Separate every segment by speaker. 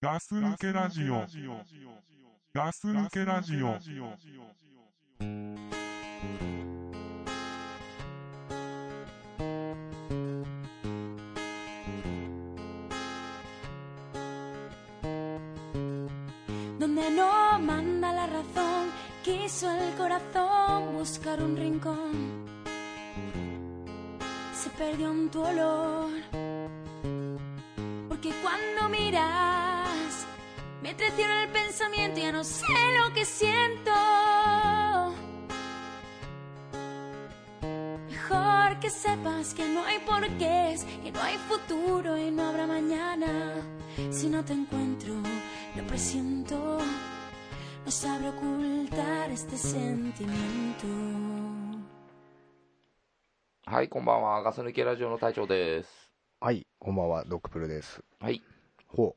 Speaker 1: ガス抜けラジオ。ガス抜けラジオ。
Speaker 2: Donde no manda la razón, quiso el corazón buscar un rincón. Se perdió en tu olor, porque cuando miras, me traiciona el pensamiento, ya no sé lo que siento. Mejor que sepas que no hay porqués, que no hay futuro y no habrá mañana. Si no te encuentro, lo presiento. No sabré ocultar este sentimiento.
Speaker 3: はい、こんばんは。ガス抜けラジオの隊長です。
Speaker 4: はい、こんばんは、ドックプルです。
Speaker 3: はい。
Speaker 4: ほ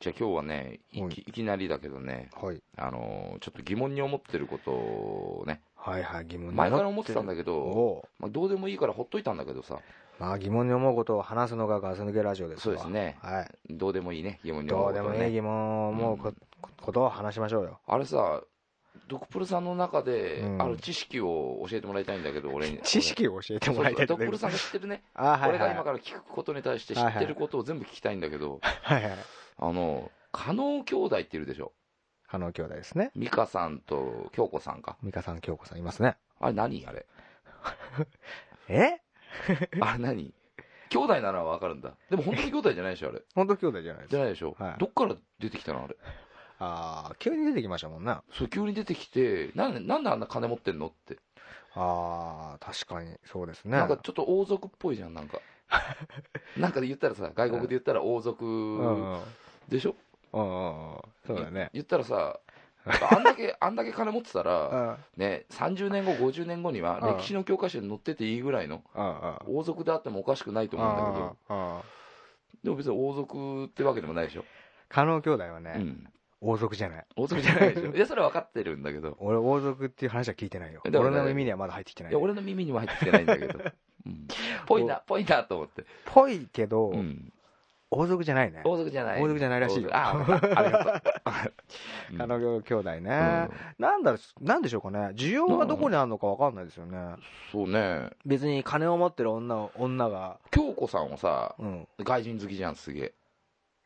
Speaker 3: じゃあ今日はね、い
Speaker 4: はい
Speaker 3: きいきなりだけどね、
Speaker 4: う。はい。
Speaker 3: あのーちょっと疑問に思ってることをね、
Speaker 4: はいはい、疑問に
Speaker 3: 前から思ってたんだけ
Speaker 4: お
Speaker 3: ど、
Speaker 4: お
Speaker 3: まあ、どうでもいいからほっといたんだけどさ、
Speaker 4: うまあ、疑問に思うことを話すのがガス抜けラジオですわ
Speaker 3: そうですね
Speaker 4: はい。
Speaker 3: どうでもいいね、疑問に思
Speaker 4: ど
Speaker 3: う
Speaker 4: う
Speaker 3: こ
Speaker 4: で
Speaker 3: と
Speaker 4: も
Speaker 3: は
Speaker 4: ね、疑
Speaker 3: ね。
Speaker 4: 問を思うこ,、ことを話しましょうよ。
Speaker 3: あれさ、ドクプルさんの中で
Speaker 4: うん
Speaker 3: ある知識を教えてもらいたいんだけど、俺に。
Speaker 4: 知識を教えて
Speaker 3: 俺
Speaker 4: もらいたい
Speaker 3: そうそう
Speaker 4: ね
Speaker 3: ドクプルさんが知ってるね、
Speaker 4: あ、 はい、はい。
Speaker 3: 俺が今から聞くことに対して知ってることを全部聞きたいんだけど、
Speaker 4: はいはい。
Speaker 3: あの、加納兄弟っているでしょ。
Speaker 4: 加納兄弟ですね。
Speaker 3: 美香さんと京子さんか。
Speaker 4: 美香さん、京子さんいますね。
Speaker 3: あれ何あれ。
Speaker 4: え
Speaker 3: あれ何兄弟ならわかるんだ。でも本当に兄弟じゃないでしょ、あれ。
Speaker 4: 本当兄弟じゃないです
Speaker 3: じゃ
Speaker 4: か。
Speaker 3: ないでしょ。
Speaker 4: はい
Speaker 3: どっから出てきたのあれ。
Speaker 4: ああ、急に出てきましたもんね。
Speaker 3: そう、急に出てきて、なんで、なんであんな金持ってんのって。
Speaker 4: ああ、確かに、そうですね。
Speaker 3: なんかちょっと王族っぽいじゃ ん、なんか。なんかで言ったらさ、外国で言ったら王
Speaker 4: うんうん。
Speaker 3: 族
Speaker 4: うん
Speaker 3: でしょ
Speaker 4: うんうん。そうだね
Speaker 3: い。言った らさ、あんだけ、あんだけ金持ってた
Speaker 4: うんう
Speaker 3: ら、
Speaker 4: ん
Speaker 3: ね、30年後、50年後には
Speaker 4: うん
Speaker 3: 歴史の教科書に載ってていいぐらいの、
Speaker 4: うん。
Speaker 3: 王族であってもおかしくないと思うんだけど、
Speaker 4: うんうんうん
Speaker 3: でも別に王族ってわけでもないでしょ。
Speaker 4: 加納兄弟はね、
Speaker 3: うん。
Speaker 4: 王族じゃない
Speaker 3: 王族じゃないでしょ。いや、それは分かってるんだけど。
Speaker 4: 俺王族っていう話は聞いてないよ
Speaker 3: だから
Speaker 4: 俺
Speaker 3: ね
Speaker 4: の耳にはまだ入ってきてない
Speaker 3: いや、俺の耳にも入ってきてないんだけ ど。うんぽいな、ぽいなと思って。
Speaker 4: ぽいけど、
Speaker 3: うん
Speaker 4: 王族じゃないね
Speaker 3: 王族じゃない。
Speaker 4: 王族じゃないらしいよ
Speaker 3: 王族あ、わか ったありがとう。
Speaker 4: 加納兄弟ね、
Speaker 3: うん
Speaker 4: なんだろうなんでしょうかね需要がどこにあるのか分かんないですよね、
Speaker 3: そうね。
Speaker 4: 別に金を持ってる女を女が、
Speaker 3: 京子さんはさ、
Speaker 4: うん、
Speaker 3: 外人好きじゃん、すげえ。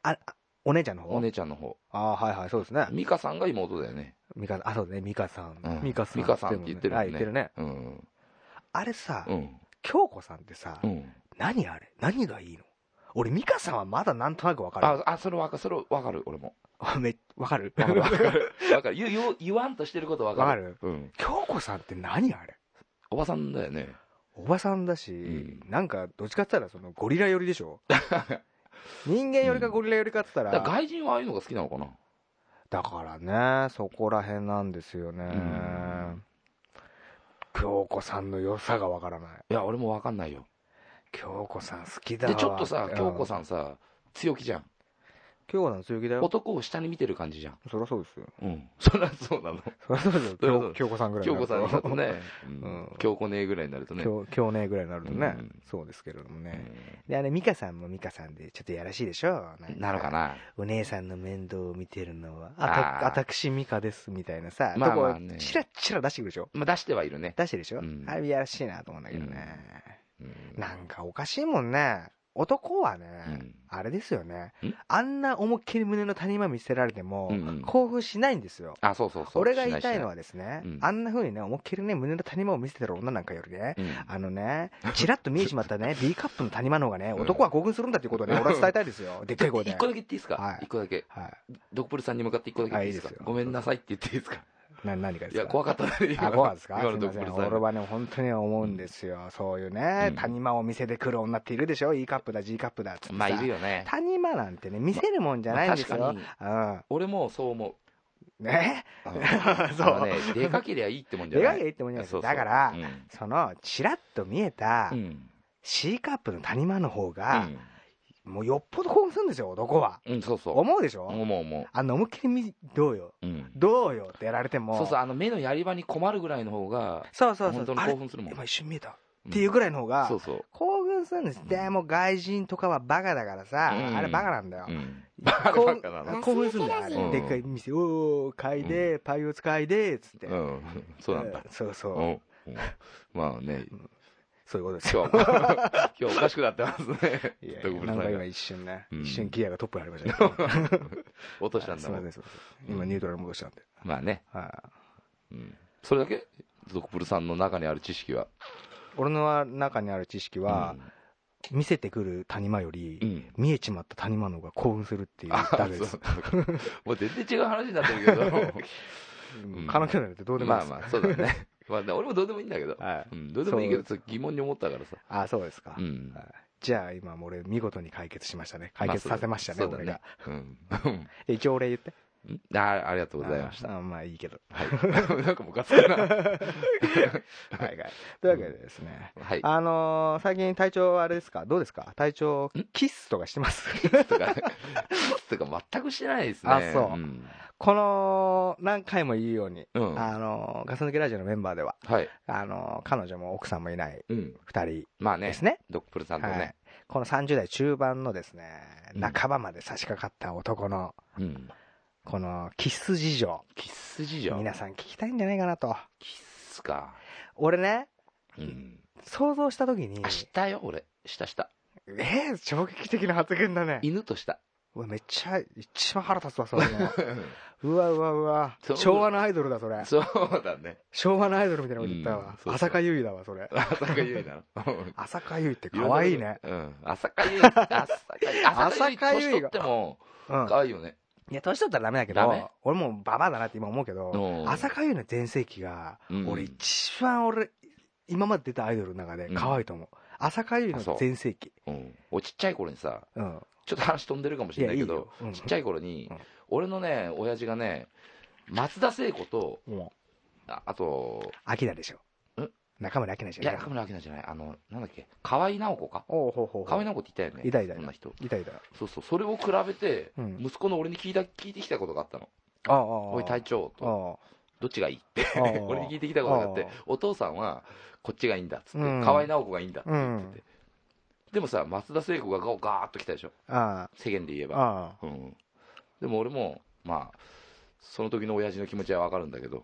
Speaker 4: ああお姉ちゃんの方
Speaker 3: お姉ちゃんの方。
Speaker 4: ああーはいはいそうですね
Speaker 3: 美香さんが妹だよね。
Speaker 4: 美香あそうですね美香さん、
Speaker 3: うん
Speaker 4: 美香さん
Speaker 3: 美香さんって言ってるよ
Speaker 4: あ
Speaker 3: ね
Speaker 4: 言ってるね
Speaker 3: うん。
Speaker 4: あれさ、
Speaker 3: うん。
Speaker 4: 京子さんってさ、
Speaker 3: うん。
Speaker 4: 何あれ何がいいの俺美香さんはまだなんとなく分かる
Speaker 3: あ、あそれわかる、それわかる、俺も。
Speaker 4: あ めわかる
Speaker 3: わかる、わかる。わかる。言う言う言わんとしてることわかる。
Speaker 4: わか
Speaker 3: うん。
Speaker 4: 京子さんって何あれ
Speaker 3: おばさんだよね。
Speaker 4: おばさんだし、
Speaker 3: ん
Speaker 4: なんかどっちかって言ったらそのゴリラ寄りでし ょ人間寄りかゴリラ寄りかって言った
Speaker 3: だ
Speaker 4: ら、
Speaker 3: から外人はああいうのが好きなのかな。
Speaker 4: だからねそこら辺なんですよね、
Speaker 3: ん
Speaker 4: 京子さんの良さがわからない
Speaker 3: いや、俺もわかんないよ。
Speaker 4: 京子さん好きだわ
Speaker 3: で、ちょっとさ
Speaker 4: う、
Speaker 3: 京子さんさ、強気じゃん。
Speaker 4: 京子さん強気だよ
Speaker 3: 男を下に見てる感じじゃん。
Speaker 4: そりゃそうですよ
Speaker 3: うん。そりゃそうなの。
Speaker 4: そりゃそうですよ
Speaker 3: そりゃそう
Speaker 4: 京京子さんぐらい
Speaker 3: 京
Speaker 4: にな
Speaker 3: 子
Speaker 4: ると
Speaker 3: さんだとね、
Speaker 4: うん
Speaker 3: 京子姉ぐらいになるとね。
Speaker 4: 京京姉ぐらいになるとね、
Speaker 3: うん
Speaker 4: そうですけれどもね、
Speaker 3: う
Speaker 4: で、あれ、ミカさんもミカさんで、ちょっとやらしいでしょなん
Speaker 3: なのかな。
Speaker 4: お姉さんの面倒を見てるのは、あ
Speaker 3: あー
Speaker 4: た、あたくしミカです、みたいなさ、
Speaker 3: まあまあ
Speaker 4: とこ
Speaker 3: ね
Speaker 4: チラッチラ出してくるでしょ
Speaker 3: まあ出してはいるね。
Speaker 4: 出してるでしょ、
Speaker 3: うん
Speaker 4: あれ、やらしいなと思うんだけどね。
Speaker 3: うん
Speaker 4: なんかおかしいもんね。男はね、
Speaker 3: うん
Speaker 4: あれですよね
Speaker 3: ん。
Speaker 4: あんな思いっきり胸の谷間見せられても、
Speaker 3: うんうん
Speaker 4: 興奮しないんですよ。
Speaker 3: あ、そうそうそう。
Speaker 4: 俺が言いたいの
Speaker 3: は、
Speaker 4: はですね、
Speaker 3: うん
Speaker 4: あんな風にね、思いっきりね、胸の谷間を見せてる女なんかよりね、
Speaker 3: うん
Speaker 4: あのね、ちらっと見えちまったね、B カップの谷間の方がね、
Speaker 3: うん
Speaker 4: 男は興奮するんだっていうことをね、俺は伝えたいですよ。でっかい声で。
Speaker 3: 一個だけ言っていいですか
Speaker 4: はい
Speaker 3: 一個だけ。
Speaker 4: は
Speaker 3: ドクプルさんに向かって一個だけ言っていいです
Speaker 4: あいい
Speaker 3: か
Speaker 4: ですよ
Speaker 3: ごめんなさいって言っていいですか
Speaker 4: い。な、何がで
Speaker 3: い
Speaker 4: すか
Speaker 3: や、怖かったね。今
Speaker 4: あ、怖いですか
Speaker 3: 今
Speaker 4: す
Speaker 3: の
Speaker 4: い
Speaker 3: ド
Speaker 4: ま
Speaker 3: ク
Speaker 4: せ
Speaker 3: プル
Speaker 4: ん。
Speaker 3: さん
Speaker 4: 俺。はね、本当に思うんですよ。そういうね、
Speaker 3: うん
Speaker 4: 谷間を見せてくる女っているでしょ ?E カップだ、G カップだっつってさ。
Speaker 3: まあ、いるよね。
Speaker 4: 谷間なんてね、見せるもんじゃないんです
Speaker 3: まあ
Speaker 4: よ。
Speaker 3: 確
Speaker 4: うん。
Speaker 3: 俺もそう思
Speaker 4: ね
Speaker 3: う。
Speaker 4: そ
Speaker 3: あの
Speaker 4: う。
Speaker 3: ね、出かけりゃいいってもんじゃ
Speaker 4: で
Speaker 3: な
Speaker 4: か
Speaker 3: い。
Speaker 4: い言ってもいいんだけど、だか
Speaker 3: う
Speaker 4: ら、
Speaker 3: ん
Speaker 4: その、ちらっと見えた
Speaker 3: う、ん。
Speaker 4: C カップの谷間の方
Speaker 3: う
Speaker 4: が、
Speaker 3: ん
Speaker 4: もうよっぽど興奮するんですよ、男は。
Speaker 3: うん、そうそう。
Speaker 4: 思うでしょ
Speaker 3: 思う思
Speaker 4: あの、思いっきり見、どうよ、
Speaker 3: う。うん。
Speaker 4: どうよってやられても、
Speaker 3: そうそう、あの目のやり場に困るぐらいの方が、
Speaker 4: そうそうそう
Speaker 3: 本当に
Speaker 4: あ
Speaker 3: 興
Speaker 4: れ
Speaker 3: 奮するもん。
Speaker 4: 今一瞬見えたっ
Speaker 3: うん
Speaker 4: ていうぐらいの方が
Speaker 3: そう、そう。
Speaker 4: 興奮するんです。でも外人とかはバカだからさ、
Speaker 3: うん
Speaker 4: あれバカなんだよ
Speaker 3: う。ん。バカ
Speaker 4: こう
Speaker 3: バカなの。
Speaker 4: 興奮するんだよ、あ
Speaker 3: う
Speaker 4: れ。
Speaker 3: ん
Speaker 4: でっかい店、おー、買いで、パイオツ買いで、つって。
Speaker 3: うん。 そうなんだ
Speaker 4: え。ーそうそうう。
Speaker 3: ん。うんまあね、
Speaker 4: そういうことですよ。
Speaker 3: 今日は、 今日おかしくなってますね。
Speaker 4: いやい
Speaker 3: 徳
Speaker 4: や
Speaker 3: 光
Speaker 4: なん
Speaker 3: さん
Speaker 4: か
Speaker 3: が
Speaker 4: 今一瞬ね、
Speaker 3: うん
Speaker 4: 一瞬ギアがトップにありましたね。
Speaker 3: 落としたん
Speaker 4: す
Speaker 3: だ
Speaker 4: み
Speaker 3: も
Speaker 4: ませ
Speaker 3: ん
Speaker 4: ん、。すみません。今ニュートラル戻したんで。
Speaker 3: まあね。
Speaker 4: はい
Speaker 3: うんそれだけドクプルさんの中にある知識は。
Speaker 4: 俺の中にある知識は、見せてくる谷間より、
Speaker 3: うん、うん。
Speaker 4: 見えちまった谷間の方が興奮するっていうだけで
Speaker 3: そ
Speaker 4: す
Speaker 3: う。もう全然違う話になってる けど。
Speaker 4: うん彼女なんてどうでもいいで
Speaker 3: まあ
Speaker 4: す。
Speaker 3: まあ、そうだね。まあね、俺もどうでもいいんだけど。
Speaker 4: はい
Speaker 3: うん、どうでもいいけど、ちょっと疑問に思ったからさ。
Speaker 4: あ、そうですか。
Speaker 3: うん。
Speaker 4: はいじゃあ今もう俺見事に解決しましたね。解決させましたね、
Speaker 3: そうだ
Speaker 4: 俺が
Speaker 3: ね。。うん。うん
Speaker 4: で一応お礼言って。
Speaker 3: うんあありがとうございました。
Speaker 4: た。あまあいいけ ど。
Speaker 3: はい。なんかムカつ くな。
Speaker 4: はいはい。というわけでですね。
Speaker 3: はい。
Speaker 4: あのー最近体調あれですかどうですか体調、キスとかしてます
Speaker 3: とか、とか全くしてないですね。。
Speaker 4: あそうん この、何回も言うように、
Speaker 3: うん。は
Speaker 4: あのーガス抜けラジオのメンバーでは、
Speaker 3: い。
Speaker 4: あのー彼女も奥さんもいない
Speaker 3: うん。
Speaker 4: 二人
Speaker 3: まあね、
Speaker 4: ですね。
Speaker 3: ドップルさんと
Speaker 4: は
Speaker 3: ね
Speaker 4: い。この30代中盤のですね、
Speaker 3: うん
Speaker 4: 半ばまで差し掛かった男の、
Speaker 3: うん。
Speaker 4: このキス事情、
Speaker 3: キッス事情。
Speaker 4: 皆さん聞きたいんじゃないかなと。
Speaker 3: キッスか。
Speaker 4: 俺ね、
Speaker 3: うん。
Speaker 4: 想像した時に
Speaker 3: あ、、したよ、俺。したした。
Speaker 4: えー、衝撃的な発言だね。
Speaker 3: 犬とした。
Speaker 4: うわめっちゃ、一番腹立つわ、 それ。うわうわうわ
Speaker 3: そ。う
Speaker 4: 昭和のアイドルだ、それ。
Speaker 3: そうだね。
Speaker 4: 昭和のアイドルみたいなこと言った
Speaker 3: うん
Speaker 4: わ
Speaker 3: そう。そう
Speaker 4: 浅香唯だわ、それ。
Speaker 3: 浅香ゆいなの。
Speaker 4: 浅香唯って 可愛いね。
Speaker 3: うん。浅香ゆい。浅香ゆい。浅香ゆい。年取っても、
Speaker 4: うん。
Speaker 3: 可愛いよね。
Speaker 4: いや、年取ったらダメだけ
Speaker 3: ダメ
Speaker 4: ど、俺もうババアだなって今思うけど、
Speaker 3: うん
Speaker 4: 浅香唯の全盛期が、
Speaker 3: うん
Speaker 4: 俺一番俺、今まで出たアイドルの中で可愛いと思う。浅香唯
Speaker 3: あそ
Speaker 4: の
Speaker 3: う
Speaker 4: 全盛期。
Speaker 3: うん。俺ちっちゃい頃にさ、
Speaker 4: うん。
Speaker 3: ちょっと話飛んでるかもしれないけど、
Speaker 4: いやいいようん
Speaker 3: ちっちゃい頃に
Speaker 4: うん、
Speaker 3: 俺のね、親父がね、松田聖子と、
Speaker 4: もう、
Speaker 3: ああと、
Speaker 4: 秋田でしょ。
Speaker 3: ん
Speaker 4: 中村秋菜じ
Speaker 3: い
Speaker 4: ゃな
Speaker 3: や、
Speaker 4: い
Speaker 3: 中村明菜じゃない、あの、なんだっけ、河合直子か。
Speaker 4: おうほうほうほ
Speaker 3: 河合
Speaker 4: う。
Speaker 3: 直子っていたよね。
Speaker 4: いたいたいた
Speaker 3: そんな人。
Speaker 4: いたいた。
Speaker 3: そうそう、それを比べて、
Speaker 4: うん
Speaker 3: 息子の俺に聞いた、聞いてきたことがあったの。
Speaker 4: ああああ。
Speaker 3: おい、隊長
Speaker 4: ああ
Speaker 3: と、どっちがいいって、
Speaker 4: ああ
Speaker 3: 俺に聞いてきたことがあって
Speaker 4: ああ、
Speaker 3: お父さんは、こっちがいいんだっつって、
Speaker 4: うん
Speaker 3: 河合直子がいいんだって言って
Speaker 4: う
Speaker 3: て。でもさ、松田聖子がガガーッと来たでしょ。
Speaker 4: あ
Speaker 3: 世間で言え
Speaker 4: あ。
Speaker 3: ば。
Speaker 4: ああ。
Speaker 3: うん、でも俺も、まあ、その時の親父の気持ちはわかるんだけど、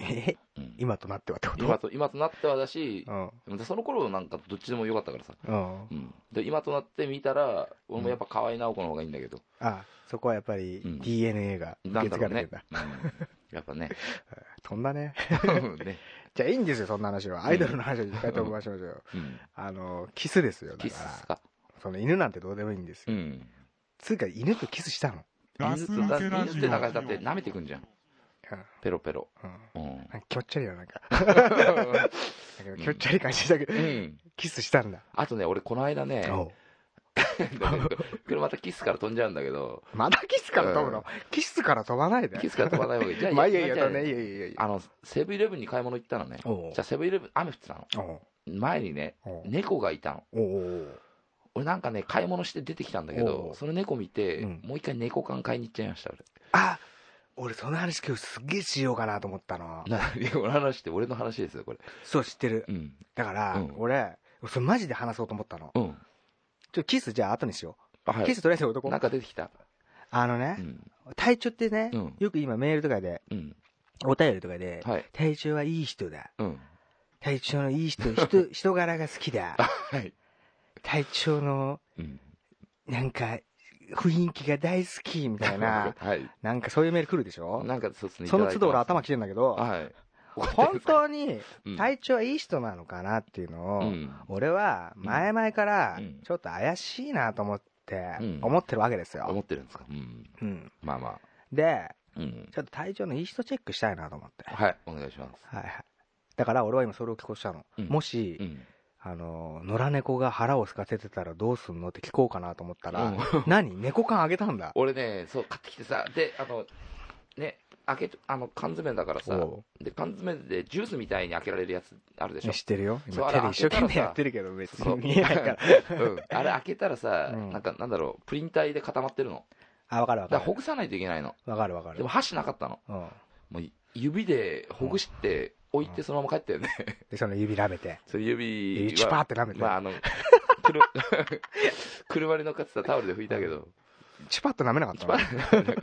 Speaker 4: え
Speaker 3: うん
Speaker 4: 今となってはってこと
Speaker 3: 今と今となってはだし
Speaker 4: う、ん。
Speaker 3: でその頃なんかどっちでもよかったからさ、
Speaker 4: うん。
Speaker 3: うん、で今となって見たら、俺もやっぱ河合直子の方がいいんだけど、
Speaker 4: あ、そこはやっぱり
Speaker 3: うん
Speaker 4: DNA が受
Speaker 3: な
Speaker 4: け
Speaker 3: んだ
Speaker 4: 継
Speaker 3: ろ
Speaker 4: が
Speaker 3: う
Speaker 4: れて
Speaker 3: ね
Speaker 4: んだ。。
Speaker 3: うんやっぱね。
Speaker 4: そんなね。
Speaker 3: ね
Speaker 4: じゃあいいんですよ、そんな話は。アイドルの話は一回飛ばしましょうよ。
Speaker 3: うん
Speaker 4: あの、キスですよ、だ
Speaker 3: キ
Speaker 4: か
Speaker 3: ス
Speaker 4: ら。
Speaker 3: か。
Speaker 4: その犬なんてどうでもいいんです
Speaker 3: う
Speaker 4: よ。
Speaker 3: ん。
Speaker 4: つうか、犬とキスしたの
Speaker 1: ガ
Speaker 3: 犬
Speaker 1: ス
Speaker 3: って
Speaker 1: 抜
Speaker 3: だ
Speaker 1: けラ
Speaker 3: 犬
Speaker 1: ジ
Speaker 3: っ
Speaker 1: オ
Speaker 3: てなんかだって舐めてくんじゃん。
Speaker 4: うん。
Speaker 3: ペロペロ。
Speaker 4: うん。
Speaker 3: うん。
Speaker 4: なんか気持ち悪いよ、なんか。なんか気持ち悪い感じだけど
Speaker 3: う、ん
Speaker 4: キスしたんだ。
Speaker 3: あとね、俺この間ね、
Speaker 4: おう
Speaker 3: これまたキスから飛んじゃうんだけど、
Speaker 4: まだキスから飛ぶ
Speaker 3: う
Speaker 4: のキスから飛ばないで。
Speaker 3: キスから飛ばない方がいい。じゃ
Speaker 4: まあいいやいい
Speaker 3: じゃ
Speaker 4: や、ね、いいやいいやいいや。
Speaker 3: あの、セブンイレブンに買い物行ったのね。
Speaker 4: おう
Speaker 3: じゃあセブンイレブン、雨降ってたの。
Speaker 4: おう
Speaker 3: 前にね、
Speaker 4: おう
Speaker 3: 猫がいたの。
Speaker 4: おう
Speaker 3: 俺なんかね、買い物して出てきたんだけ
Speaker 4: お
Speaker 3: ど
Speaker 4: う、
Speaker 3: その猫見て、
Speaker 4: うん
Speaker 3: もう一回猫缶買いに行っちゃいました、
Speaker 4: あ俺その話今日すっげえしようかなと思ったの
Speaker 3: 俺。な、 俺の話って俺の話ですよ、これ。
Speaker 4: そう知ってる
Speaker 3: うん。
Speaker 4: だから、
Speaker 3: うん
Speaker 4: 俺それマジで話そうと思ったのちょ
Speaker 3: うん。
Speaker 4: っとキスじゃあ後にしよ
Speaker 3: あ
Speaker 4: う、
Speaker 3: は
Speaker 4: キ
Speaker 3: い。
Speaker 4: スとりあえず男
Speaker 3: なんか出てきた。
Speaker 4: あのね
Speaker 3: う、ん。
Speaker 4: 体調ってね、
Speaker 3: うん
Speaker 4: よく今メールとかで
Speaker 3: うん。
Speaker 4: お便りとかで、
Speaker 3: はい。
Speaker 4: 体調はいい人だ
Speaker 3: うん。
Speaker 4: 体調のいい 人人人柄が好きだ
Speaker 3: あ、 はい。
Speaker 4: 体調の
Speaker 3: うん。
Speaker 4: なんか雰囲気が大好きみた いな
Speaker 3: はい。
Speaker 4: なんかそういうメール来るでしょ
Speaker 3: なんかそうですね。
Speaker 4: その都度俺
Speaker 3: いただ
Speaker 4: 頭
Speaker 3: い
Speaker 4: きてんだけど
Speaker 3: てますはい。
Speaker 4: 本当に
Speaker 3: うん
Speaker 4: 体調はいい人なのかなっていうのを、
Speaker 3: うん。
Speaker 4: 俺は前々から
Speaker 3: うん
Speaker 4: ちょっと怪しいなと思って
Speaker 3: うん
Speaker 4: 思ってるわけです
Speaker 3: 思
Speaker 4: よ、
Speaker 3: ってるんですか。うん。
Speaker 4: うん、
Speaker 3: まあま
Speaker 4: で
Speaker 3: あ。うん。
Speaker 4: ちょっと体調のいい人チェックしたいなと思って、はい
Speaker 3: はい。お願いします。
Speaker 4: はい、だから俺は今それを聞こうしたの、
Speaker 3: うん
Speaker 4: もし、
Speaker 3: うん。
Speaker 4: あの野良猫が腹を空かせてたらどうすんのって聞こうかなと思ったら、
Speaker 3: うん
Speaker 4: 何猫缶あげたんだ
Speaker 3: 俺ね、そう、買ってきてさ、で、あの、ね、開けと、あの、缶詰だからさ、
Speaker 4: お
Speaker 3: で、缶詰でジュースみたいに開けられるやつあるでし
Speaker 4: う
Speaker 3: ょ
Speaker 4: 知。ってるよ
Speaker 3: そ
Speaker 4: 今
Speaker 3: うあ
Speaker 4: 手
Speaker 3: れ
Speaker 4: で一生懸
Speaker 3: 開
Speaker 4: 命や
Speaker 3: けたらさ
Speaker 4: ってるけど別
Speaker 3: そう
Speaker 4: に見えないから
Speaker 3: うん。あれ開けたらさ、
Speaker 4: うん
Speaker 3: なんか、なんだろう、プリン体で固まってるの。
Speaker 4: あ分かる分
Speaker 3: だから
Speaker 4: か
Speaker 3: ほ
Speaker 4: る
Speaker 3: ぐさないといけないの。
Speaker 4: 分かる分か
Speaker 3: で
Speaker 4: る
Speaker 3: も、箸なかったの。
Speaker 4: うん、
Speaker 3: もう、指でほぐして、 置いてそのまま帰ったよね。
Speaker 4: でその指舐めて
Speaker 3: それ指は
Speaker 4: 指チュパーって舐めて、
Speaker 3: まあ、あの、くる 車に乗っかってたタオルで拭いたけど。
Speaker 4: チュパッと舐めなかった
Speaker 3: 一番
Speaker 4: な。
Speaker 2: ジ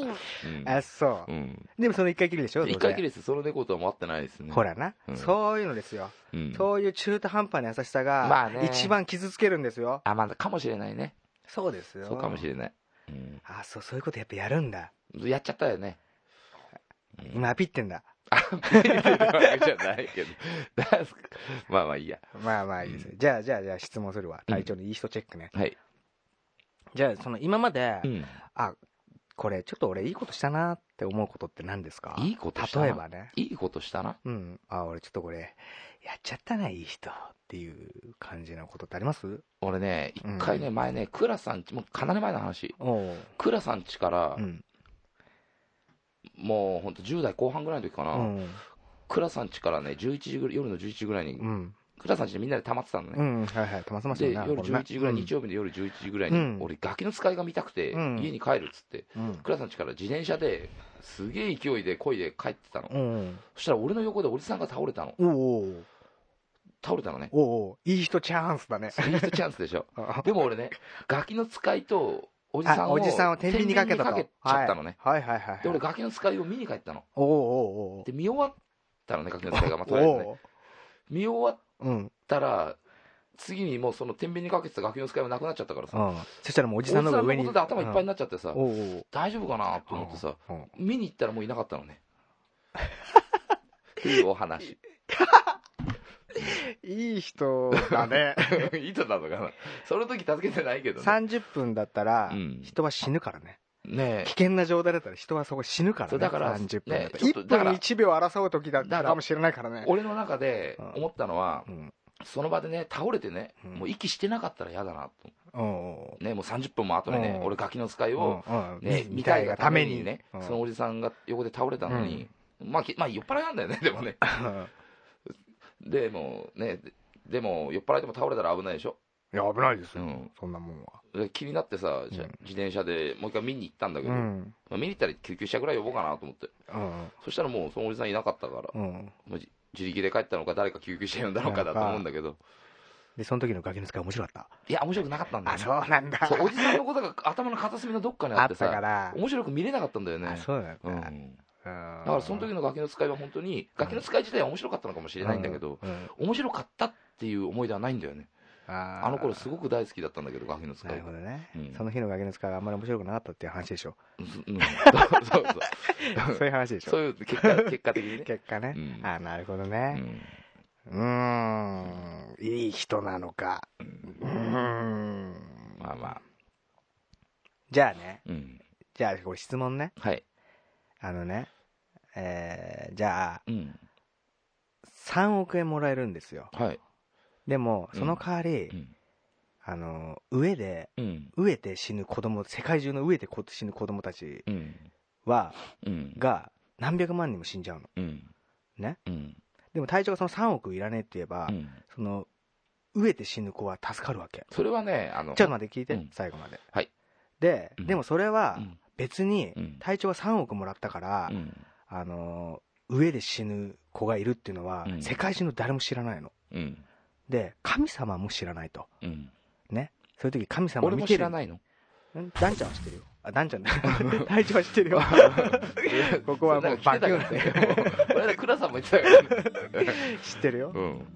Speaker 2: オ
Speaker 3: うん
Speaker 4: あ、そ
Speaker 3: うん。
Speaker 4: う。でもその一回きりでしょ
Speaker 3: 一回き
Speaker 4: り。
Speaker 3: りです。その猫とはも会ってないですね。
Speaker 4: ほらな
Speaker 3: う。ん
Speaker 4: そういうのですよ。
Speaker 3: うん。
Speaker 4: そういう中途半端な優しさ
Speaker 3: まあ
Speaker 4: が
Speaker 3: ね、
Speaker 4: 一番傷つけるんですよ。
Speaker 3: あ、まだかもしれないね。
Speaker 4: そうですよ。
Speaker 3: そうかもしれない。うん
Speaker 4: あ、そう、そういうことやっぱやるんだ。
Speaker 3: やっちゃったよね。うん
Speaker 4: 今、アピってんだ。
Speaker 3: 見てるわけじゃないけど。なんすかまあまあいいや。
Speaker 4: まあまあいいですよ。じゃあ、じゃあ、じゃあ質問するわ。
Speaker 3: うん
Speaker 4: 体調のいい人チェックね。
Speaker 3: はい。
Speaker 4: じゃあ、その今まで
Speaker 3: う、ん。
Speaker 4: あ、これちょっと俺いいことしたなって思うことって何ですか
Speaker 3: いいことしたな
Speaker 4: 例えばね。
Speaker 3: いいことしたな。
Speaker 4: うん。あ、俺ちょっとこれ、やっちゃったな、いい人っていう感じのことってあります
Speaker 3: 俺ね、一回ね、前ね、倉さんち、もうかなり前の話。
Speaker 4: おう。
Speaker 3: 倉さんちから
Speaker 4: う、ん。
Speaker 3: もうほんと10代後半ぐらいの時か
Speaker 4: う
Speaker 3: な。
Speaker 4: ん。
Speaker 3: 倉さんちからね、11時ぐらい、夜の11時ぐらいに
Speaker 4: う、ん。
Speaker 3: 倉さんちでみんなで溜まってたの
Speaker 4: う
Speaker 3: ね。
Speaker 4: ん。はいはい。たまってました
Speaker 3: で、
Speaker 4: よな。
Speaker 3: 夜
Speaker 4: これな
Speaker 3: 11時ぐらい、
Speaker 4: うん
Speaker 3: 日曜日の夜11時ぐらいうに
Speaker 4: ん、
Speaker 3: 俺、ガキの使いが見たくて、
Speaker 4: うん
Speaker 3: 家に帰るっつって、
Speaker 4: うん。
Speaker 3: 倉さんちから自転車で、すげえ勢いで、漕いで帰ってたの。
Speaker 4: うん。
Speaker 3: そしたら俺の横でおじさんが倒れたの。
Speaker 4: おうおう
Speaker 3: 倒れたのね。
Speaker 4: おうおういい人チャンスだね。
Speaker 3: スリートチャンスでし ょ。
Speaker 4: あ、
Speaker 3: でも俺ね、ガキの使いとおじさんを
Speaker 4: おじさんを天秤にかけたと。
Speaker 3: 天秤にかけちゃったのね。
Speaker 4: はいはいはいはい。
Speaker 3: で、俺、ガキの使いを見に帰ったの。
Speaker 4: おうおうおう
Speaker 3: で、見終わったのね、ガキの使いが、まあ、とりあえずね。
Speaker 4: おう
Speaker 3: 見終わっ
Speaker 4: うん。
Speaker 3: たら、次にもうその天秤にかけてたガキの使いもなくなっちゃったから
Speaker 4: う
Speaker 3: さ、
Speaker 4: ん。そしたらもうお
Speaker 3: お
Speaker 4: じさんの方が上に。
Speaker 3: ことで頭いっぱいになっちゃって
Speaker 4: う
Speaker 3: さ
Speaker 4: ん、おうおう
Speaker 3: 大丈夫かなと思ってさ、
Speaker 4: うん
Speaker 3: 見に行ったらもういなかっ たのね。っていうお話。
Speaker 4: いい人だ ね。
Speaker 3: いつなのかなその時助けてないけどね。
Speaker 4: 30分だったら
Speaker 3: うん、
Speaker 4: 人は死ぬからね。
Speaker 3: ねえ
Speaker 4: 危険な状態だったら人はそこ死ぬから
Speaker 3: そ
Speaker 4: ね。
Speaker 3: うだから
Speaker 4: 30分だったら。
Speaker 3: ねちょっと
Speaker 4: 1
Speaker 3: だか
Speaker 4: 分
Speaker 3: ら
Speaker 4: 1秒争う時だったかもしれないからね。
Speaker 3: 俺の中で思ったのは
Speaker 4: う、ん。
Speaker 3: その場でね、倒れてね、
Speaker 4: うん
Speaker 3: もう息してなかったら嫌だなと。
Speaker 4: うん。
Speaker 3: ね、もう30分も後にね、
Speaker 4: うん
Speaker 3: 俺ガキの使いを、
Speaker 4: うん。
Speaker 3: ね、
Speaker 4: 見
Speaker 3: 見
Speaker 4: た
Speaker 3: た
Speaker 4: い
Speaker 3: い
Speaker 4: が
Speaker 3: が
Speaker 4: た
Speaker 3: た
Speaker 4: め
Speaker 3: め
Speaker 4: に
Speaker 3: にね、
Speaker 4: うん
Speaker 3: そのおじさんが横で倒れたのに、まあ、きまあ、酔っ払いなんだよね、でもね。でもね、ででも酔っ払いでも倒れたら危ないでしょ。
Speaker 4: いや、危ないです
Speaker 3: う
Speaker 4: よ。
Speaker 3: ん、
Speaker 4: そんなもんは。
Speaker 3: で気になってさ、じゃあ
Speaker 4: うん
Speaker 3: 自転車でもう一回見に行ったんだけ
Speaker 4: う
Speaker 3: ど、
Speaker 4: ん。
Speaker 3: まあ、見に行ったら救急車ぐらい呼ぼうかなと思って。
Speaker 4: うん。
Speaker 3: そしたらもうそのおじさんいなかったから、
Speaker 4: うん。
Speaker 3: まあじ自力で帰ったのか、誰か救急車呼んだのかだと思うんだけど、
Speaker 4: で、その時のガキの使い面白かっ
Speaker 3: いや、面白くなかったんだ
Speaker 4: た。
Speaker 3: よ、
Speaker 4: あ、そ
Speaker 3: ね
Speaker 4: うなんだ。
Speaker 3: そうおじさんのことが頭の片隅のどっかにあ
Speaker 4: あ
Speaker 3: っ
Speaker 4: ってた
Speaker 3: さ、
Speaker 4: から。
Speaker 3: 面白く見れなかったんだよね。
Speaker 4: あ、そうなんだ。
Speaker 3: うん、
Speaker 4: うん
Speaker 3: だからその時のガキの使いは本当に、ガキの使い自体は面白かったのかもしれないんだけど、
Speaker 4: うん、うん
Speaker 3: 面白かったっていう思い出はないんだよね。
Speaker 4: あ
Speaker 3: あの頃
Speaker 4: ご
Speaker 3: すごく大好きだったんだけど、ガキの使
Speaker 4: ないる
Speaker 3: が。
Speaker 4: ほどね、
Speaker 3: うん
Speaker 4: その日のガキの使いがあんまり面白くなかったっていう話でしょ。
Speaker 3: うんうんそうそう そう
Speaker 4: そういう話でしょ。
Speaker 3: そういう結果結果的にね。
Speaker 4: 結果ね。
Speaker 3: うん
Speaker 4: あなるほど
Speaker 3: う
Speaker 4: ね。
Speaker 3: ん
Speaker 4: うーん。いい人なのか。うーん。
Speaker 3: まあまあ。
Speaker 4: じゃあね。
Speaker 3: うん
Speaker 4: じゃあ、これ質問ね。
Speaker 3: はい。
Speaker 4: あのね。えー、じゃあ、
Speaker 3: うん
Speaker 4: 3億円もらえるんですよ。
Speaker 3: はい。
Speaker 4: でも、その代わり、
Speaker 3: うん
Speaker 4: あの、上で、
Speaker 3: うん
Speaker 4: 飢えて死ぬ子供、世界中の飢えてこ死ぬ子供たち
Speaker 3: うん
Speaker 4: は、
Speaker 3: うん
Speaker 4: が、何百万人も死んじゃうの。
Speaker 3: うん
Speaker 4: ね
Speaker 3: うん
Speaker 4: でも隊長がその3億いらねえって言えば、
Speaker 3: うん
Speaker 4: その、飢えて死ぬ子は助かるわけ。
Speaker 3: それはね、あの、
Speaker 4: ちょっと待って、聞いて、
Speaker 3: うん
Speaker 4: 最後まで。
Speaker 3: はい
Speaker 4: で、
Speaker 3: うん
Speaker 4: でもそれは
Speaker 3: うん
Speaker 4: 別に
Speaker 3: うん、
Speaker 4: 隊長が3億もらったから、
Speaker 3: うん
Speaker 4: あのー、飢えで死ぬ子がいるっていうのは、
Speaker 3: うん
Speaker 4: 世界中の誰も知らないの。
Speaker 3: うん
Speaker 4: で、神様も知らないと。
Speaker 3: うん
Speaker 4: そういう時神様
Speaker 3: 俺
Speaker 4: 見
Speaker 3: も
Speaker 4: て
Speaker 3: 知
Speaker 4: る。
Speaker 3: らないの
Speaker 4: んダンちゃんは知ってるよ。あ、ダン ちゃんだ。隊長は知ってるよ。 ここはもうバ
Speaker 3: バカ
Speaker 4: キ
Speaker 3: だ
Speaker 4: ュン
Speaker 3: からね。 この間、倉さんも言ってたからね。
Speaker 4: 知ってるよ。
Speaker 3: うん。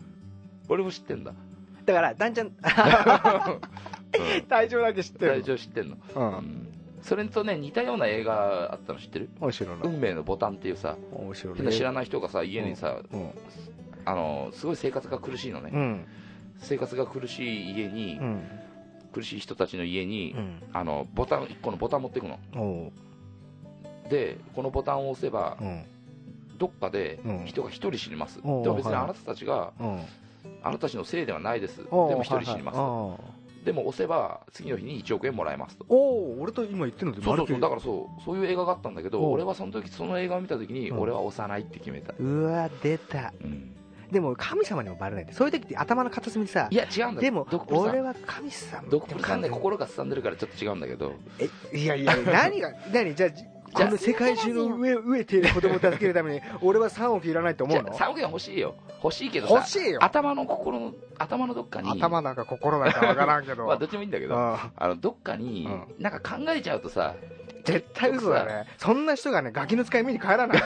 Speaker 3: 俺も知ってんだ。
Speaker 4: だから、ダン ちゃん、
Speaker 3: うん
Speaker 4: 隊長だけ知って
Speaker 3: 大
Speaker 4: る
Speaker 3: 丈夫知ってんの。
Speaker 4: の。う。
Speaker 3: うんんそれとね、似たような映画あったの知ってる
Speaker 4: 面白いな。
Speaker 3: 運命のボタンっていうさ、
Speaker 4: 面白い
Speaker 3: みんな知ら
Speaker 4: ない。
Speaker 3: ない人がさ、家にさ、
Speaker 4: うん。
Speaker 3: あの、すごい生活が苦しいの
Speaker 4: う
Speaker 3: ね。
Speaker 4: ん。
Speaker 3: 生活が苦しい家に
Speaker 4: う、ん。
Speaker 3: 苦しい人たちの家に
Speaker 4: う、ん。
Speaker 3: あの、ボタン、1個のボタン持ってくの。
Speaker 4: おう。
Speaker 3: で、このボタンを押せば
Speaker 4: う、ん。
Speaker 3: どっかで
Speaker 4: うん
Speaker 3: 人が1人死にます。で
Speaker 4: おう
Speaker 3: も別に
Speaker 4: はい
Speaker 3: あなたたちが、
Speaker 4: うん。
Speaker 3: あなたたちのせいではないです。で
Speaker 4: おう
Speaker 3: も1人死にます
Speaker 4: はい。はいああ
Speaker 3: でも押せば、次の日に1億円もらえますと。
Speaker 4: おお俺と今言ってるので
Speaker 3: そうそうそうだ
Speaker 4: か
Speaker 3: からそうそういう映画があったんだけど
Speaker 4: おう
Speaker 3: 俺はその時その映画を見た時に
Speaker 4: うん
Speaker 3: 俺は押さないって決めた、
Speaker 4: うわ出たでも神様にもバレないってそういう時って頭の片隅にさ
Speaker 3: いや違うんだ
Speaker 4: でも
Speaker 3: ドクプルさ
Speaker 4: 俺
Speaker 3: ん
Speaker 4: は神様
Speaker 3: ドクプルさんね
Speaker 4: でも
Speaker 3: 心がすさんでるからちょっと違うんだけど
Speaker 4: えいやいや何が何じゃあじ
Speaker 3: じゃあ
Speaker 4: この世界中の飢え飢えている子供を助けるために俺は3億いらないと思う
Speaker 3: じ
Speaker 4: の
Speaker 3: ゃあ3億円欲しいよ欲しいけどさ
Speaker 4: 欲しいよ
Speaker 3: 頭の心の頭のどっかに
Speaker 4: 頭なんか心なんかわからんけど、
Speaker 3: まあどっちもいいんだけど
Speaker 4: うん
Speaker 3: あのどっかに
Speaker 4: う
Speaker 3: なんか考えちゃう とさ
Speaker 4: 絶対嘘だねそんな人がねガキの使い見に帰ら ない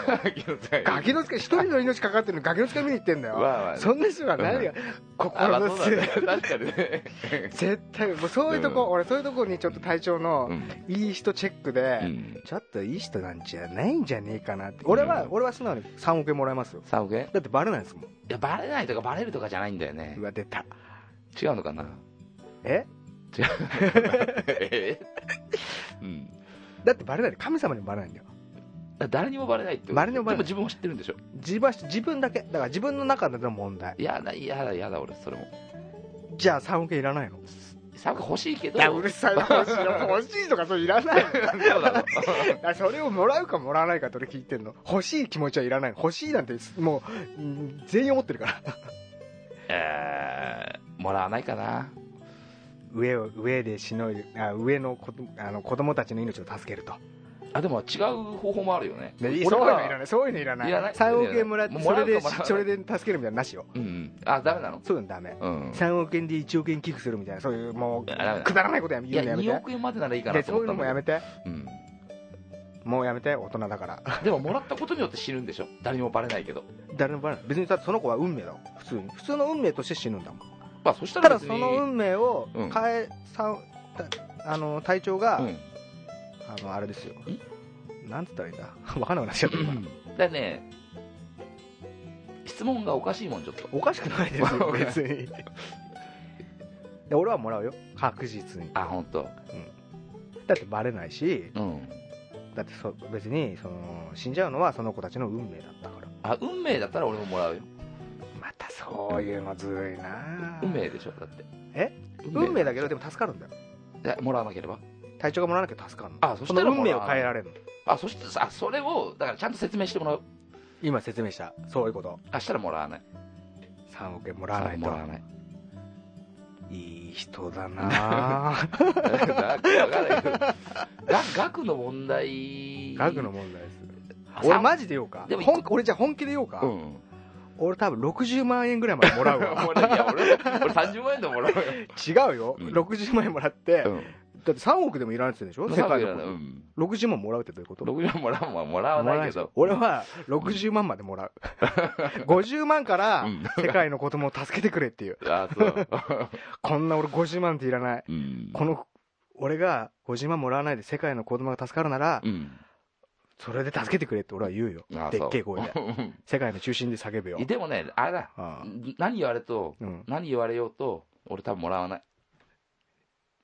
Speaker 4: ガキの使い一人の命かかってるのにガキの使い見に行ってんだ
Speaker 3: まあ
Speaker 4: よ
Speaker 3: まあ
Speaker 4: そんな人が何が
Speaker 3: あま
Speaker 4: 心
Speaker 3: あ
Speaker 4: の
Speaker 3: そう
Speaker 4: 強
Speaker 3: だ
Speaker 4: い
Speaker 3: ね確かにね
Speaker 4: 絶対もうそういうと
Speaker 3: う
Speaker 4: こ俺そういうとこにちょっと隊長の
Speaker 3: うん
Speaker 4: いい人チェック
Speaker 3: う
Speaker 4: で
Speaker 3: ん
Speaker 4: ちょっといい人なんじゃないんじゃねえかなって俺は
Speaker 3: うん
Speaker 4: 俺は素直に3億円もらいますよ
Speaker 3: 3億円
Speaker 4: だってバレないですもん
Speaker 3: いやバレないとかバレるとかじゃないんだよね
Speaker 4: うわ出た
Speaker 3: 違うのかな
Speaker 4: え
Speaker 3: 違うえうん
Speaker 4: だってバレない神様にもバレないんだよ
Speaker 3: だから誰にもバレないってこと
Speaker 4: 誰にもバレない
Speaker 3: でも自分も知ってるんでしょ
Speaker 4: 自分は自分だけだから自分の中での問題
Speaker 3: いやだいやだいやだ俺それも
Speaker 4: じゃあ3億円いらないの
Speaker 3: 3億欲しいけど
Speaker 4: いやうるさいな欲しいよ欲しいとかそれいらない
Speaker 3: そうだろ
Speaker 4: あそれをもらうかもらわないかと俺聞いてんの欲しい気持ちはいらない欲しいなんてもううん全員思ってるから
Speaker 3: えーもらわないかな
Speaker 4: 上を上でしのいであ上の子どあの子供たちの命を助けると、
Speaker 3: あでも違う方法もあるよね
Speaker 4: そうい
Speaker 3: 俺
Speaker 4: うのいら
Speaker 3: は
Speaker 4: ないそういうのいらない
Speaker 3: いらない
Speaker 4: 3億円もらって
Speaker 3: も
Speaker 4: そう
Speaker 3: もら
Speaker 4: れで
Speaker 3: うかもらわない
Speaker 4: それで助けるみたいなのなしよ
Speaker 3: うんうんあダメなの
Speaker 4: そういうのダメ
Speaker 3: うん
Speaker 4: 3億円で1億円寄付するみたいなそういうも
Speaker 3: いやダメ
Speaker 4: う
Speaker 3: だ
Speaker 4: くだらないことやめ
Speaker 3: い
Speaker 4: 言
Speaker 3: や
Speaker 4: うのやめて
Speaker 3: 2億円までならいいか
Speaker 4: で
Speaker 3: なと
Speaker 4: そうい
Speaker 3: 思
Speaker 4: う
Speaker 3: っ
Speaker 4: のも
Speaker 3: たんだ
Speaker 4: やめて
Speaker 3: けどうん
Speaker 4: もうやめて大人だから
Speaker 3: でももらったことによって死ぬんでしょ誰にもバレないけど
Speaker 4: 誰もバレない別にだってその子は運命だもん普通に普通の運命として死ぬんだもん
Speaker 3: まあそした
Speaker 4: た
Speaker 3: ら
Speaker 4: だ
Speaker 3: 別
Speaker 4: そ
Speaker 3: に
Speaker 4: の運命を
Speaker 3: うん
Speaker 4: 変え、さんたあの隊長が、
Speaker 3: うん
Speaker 4: あのあれですよなんつったらいいんだ わかんなくなっちゃった今
Speaker 3: だからね質問がおかしいもんちょっと
Speaker 4: おかしくない ですよ別にで俺はもらうよ確実に
Speaker 3: あ本当。
Speaker 4: だってバレないし
Speaker 3: うん
Speaker 4: だってそ別にその死んじゃうのはその子たちの運命だったから
Speaker 3: あ運命だったら俺ももらうよ
Speaker 4: またそういうのずるいな
Speaker 3: 運命でしょだって
Speaker 4: え運命だけどでも助かるんだよ
Speaker 3: えもらわなければ
Speaker 4: 隊長がもらわなきゃ助かるの
Speaker 3: あそし
Speaker 4: そ
Speaker 3: た
Speaker 4: の
Speaker 3: ら
Speaker 4: 運
Speaker 3: も
Speaker 4: 命
Speaker 3: ら
Speaker 4: を
Speaker 3: わな
Speaker 4: 変え
Speaker 3: い
Speaker 4: られるの
Speaker 3: あそしてあそれをだからちゃんと説明してもらう
Speaker 4: 今説明したそういうこと
Speaker 3: あしたらもらわない
Speaker 4: 3億円もらわない
Speaker 3: も
Speaker 4: と
Speaker 3: らわない
Speaker 4: いい人だなぁ
Speaker 3: なんか分かんないけどが額の問題
Speaker 4: 額の問題です
Speaker 3: あ
Speaker 4: 俺
Speaker 3: さ
Speaker 4: マジで言おうか
Speaker 3: でも
Speaker 4: 本俺じゃあ本気で言おうか、
Speaker 3: うん
Speaker 4: 俺多分60万円ぐらいまでもらうわ
Speaker 3: もらいや俺俺30万円でもらうよ、
Speaker 4: 違うよ、
Speaker 3: うん
Speaker 4: 60万円もらって、
Speaker 3: うん、
Speaker 4: だって3億でもいらないって言うんでしょ世界のこと
Speaker 3: うん、
Speaker 4: 60万もらうってどういうこと
Speaker 3: 60万もらうももらわないけど
Speaker 4: 俺は60万までも らう50万から
Speaker 3: うん
Speaker 4: 世界の子供を助けてくれっていう
Speaker 3: あそう、
Speaker 4: こんな俺50万っていらない
Speaker 3: うん
Speaker 4: この俺が50万もらわないで世界の子供が助かるなら、
Speaker 3: うん、
Speaker 4: それで助けてくれって俺は言うよ
Speaker 3: あ
Speaker 4: で
Speaker 3: そう
Speaker 4: っけえ 声で
Speaker 3: うん
Speaker 4: 世界の中心で叫べよ
Speaker 3: でもねあれだ
Speaker 4: ああ
Speaker 3: 何言われと
Speaker 4: うん、
Speaker 3: 何言われようと俺多分もらわない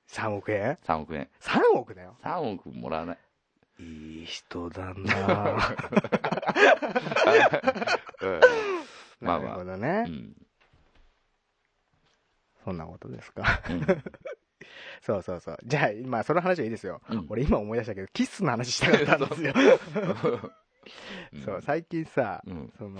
Speaker 4: 3億円
Speaker 3: 3億円
Speaker 4: ?3 億だよ
Speaker 3: 3億もらわない
Speaker 4: いい人だな
Speaker 3: うんま
Speaker 4: な
Speaker 3: あま
Speaker 4: る
Speaker 3: あ
Speaker 4: ほど
Speaker 3: う
Speaker 4: ね、
Speaker 3: ん
Speaker 4: そんなことですか
Speaker 3: うん
Speaker 4: そうそうそうじゃあ今その話はいいですよ
Speaker 3: うん
Speaker 4: 俺今思い出したけどキッスの話したかったんです よ
Speaker 3: うん
Speaker 4: そう最近さ
Speaker 3: うん
Speaker 4: その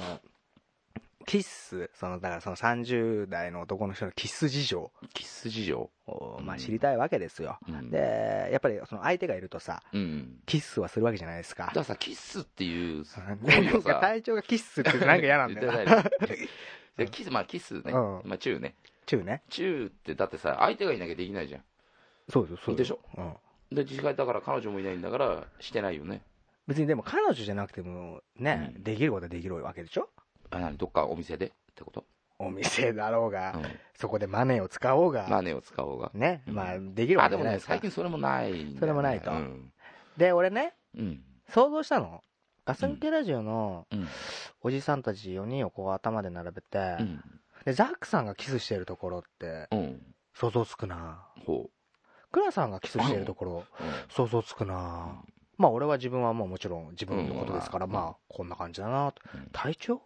Speaker 4: キッスそのだからその30代の男の人のキッス事情
Speaker 3: キッス事情
Speaker 4: を、
Speaker 3: うん
Speaker 4: まあ、知りたいわけですよ、
Speaker 3: うん
Speaker 4: でやっぱりその相手がいるとさ
Speaker 3: うん
Speaker 4: キッスはするわけじ ゃないです
Speaker 3: だ
Speaker 4: か
Speaker 3: からさキッスっていう
Speaker 4: なんか体調がキッスってなんか嫌なんだよ
Speaker 3: 言ってない でキスまあキスね、
Speaker 4: うん
Speaker 3: まあチューね
Speaker 4: チューね
Speaker 3: チューってだってさ相手がいなきゃできないじゃん
Speaker 4: そうです
Speaker 3: でしょ
Speaker 4: うん、
Speaker 3: で実際だから彼女もいないんだからしてないよね
Speaker 4: 別にでも彼女じゃなくてもね、
Speaker 3: うん
Speaker 4: できることはできるわけでしょ
Speaker 3: あ何どっかお店でってこと、
Speaker 4: お店だろうが、
Speaker 3: うん、
Speaker 4: そこでマネーを使おうが、
Speaker 3: マネを使おうが
Speaker 4: ね、
Speaker 3: うん
Speaker 4: まあできるわ
Speaker 3: あ
Speaker 4: け
Speaker 3: で
Speaker 4: じゃ
Speaker 3: も
Speaker 4: ない
Speaker 3: ね
Speaker 4: ですか
Speaker 3: 最近それもないんだよね、
Speaker 4: それもないと
Speaker 3: うん、
Speaker 4: で俺ね
Speaker 3: うん
Speaker 4: 想像したのガス抜けラジオの
Speaker 3: うん
Speaker 4: おじさんたち4人をこう頭で並べて、
Speaker 3: うん
Speaker 4: でザックさんがキスしてるところって
Speaker 3: うん
Speaker 4: 想像つくな
Speaker 3: ほ
Speaker 4: クラさんがキスしてるところ
Speaker 3: う、うん
Speaker 4: 想像つくなまあ俺は自分はもうもちろん自分のことですから、
Speaker 3: うん
Speaker 4: まあこんな感じだなと
Speaker 3: うん
Speaker 4: 体調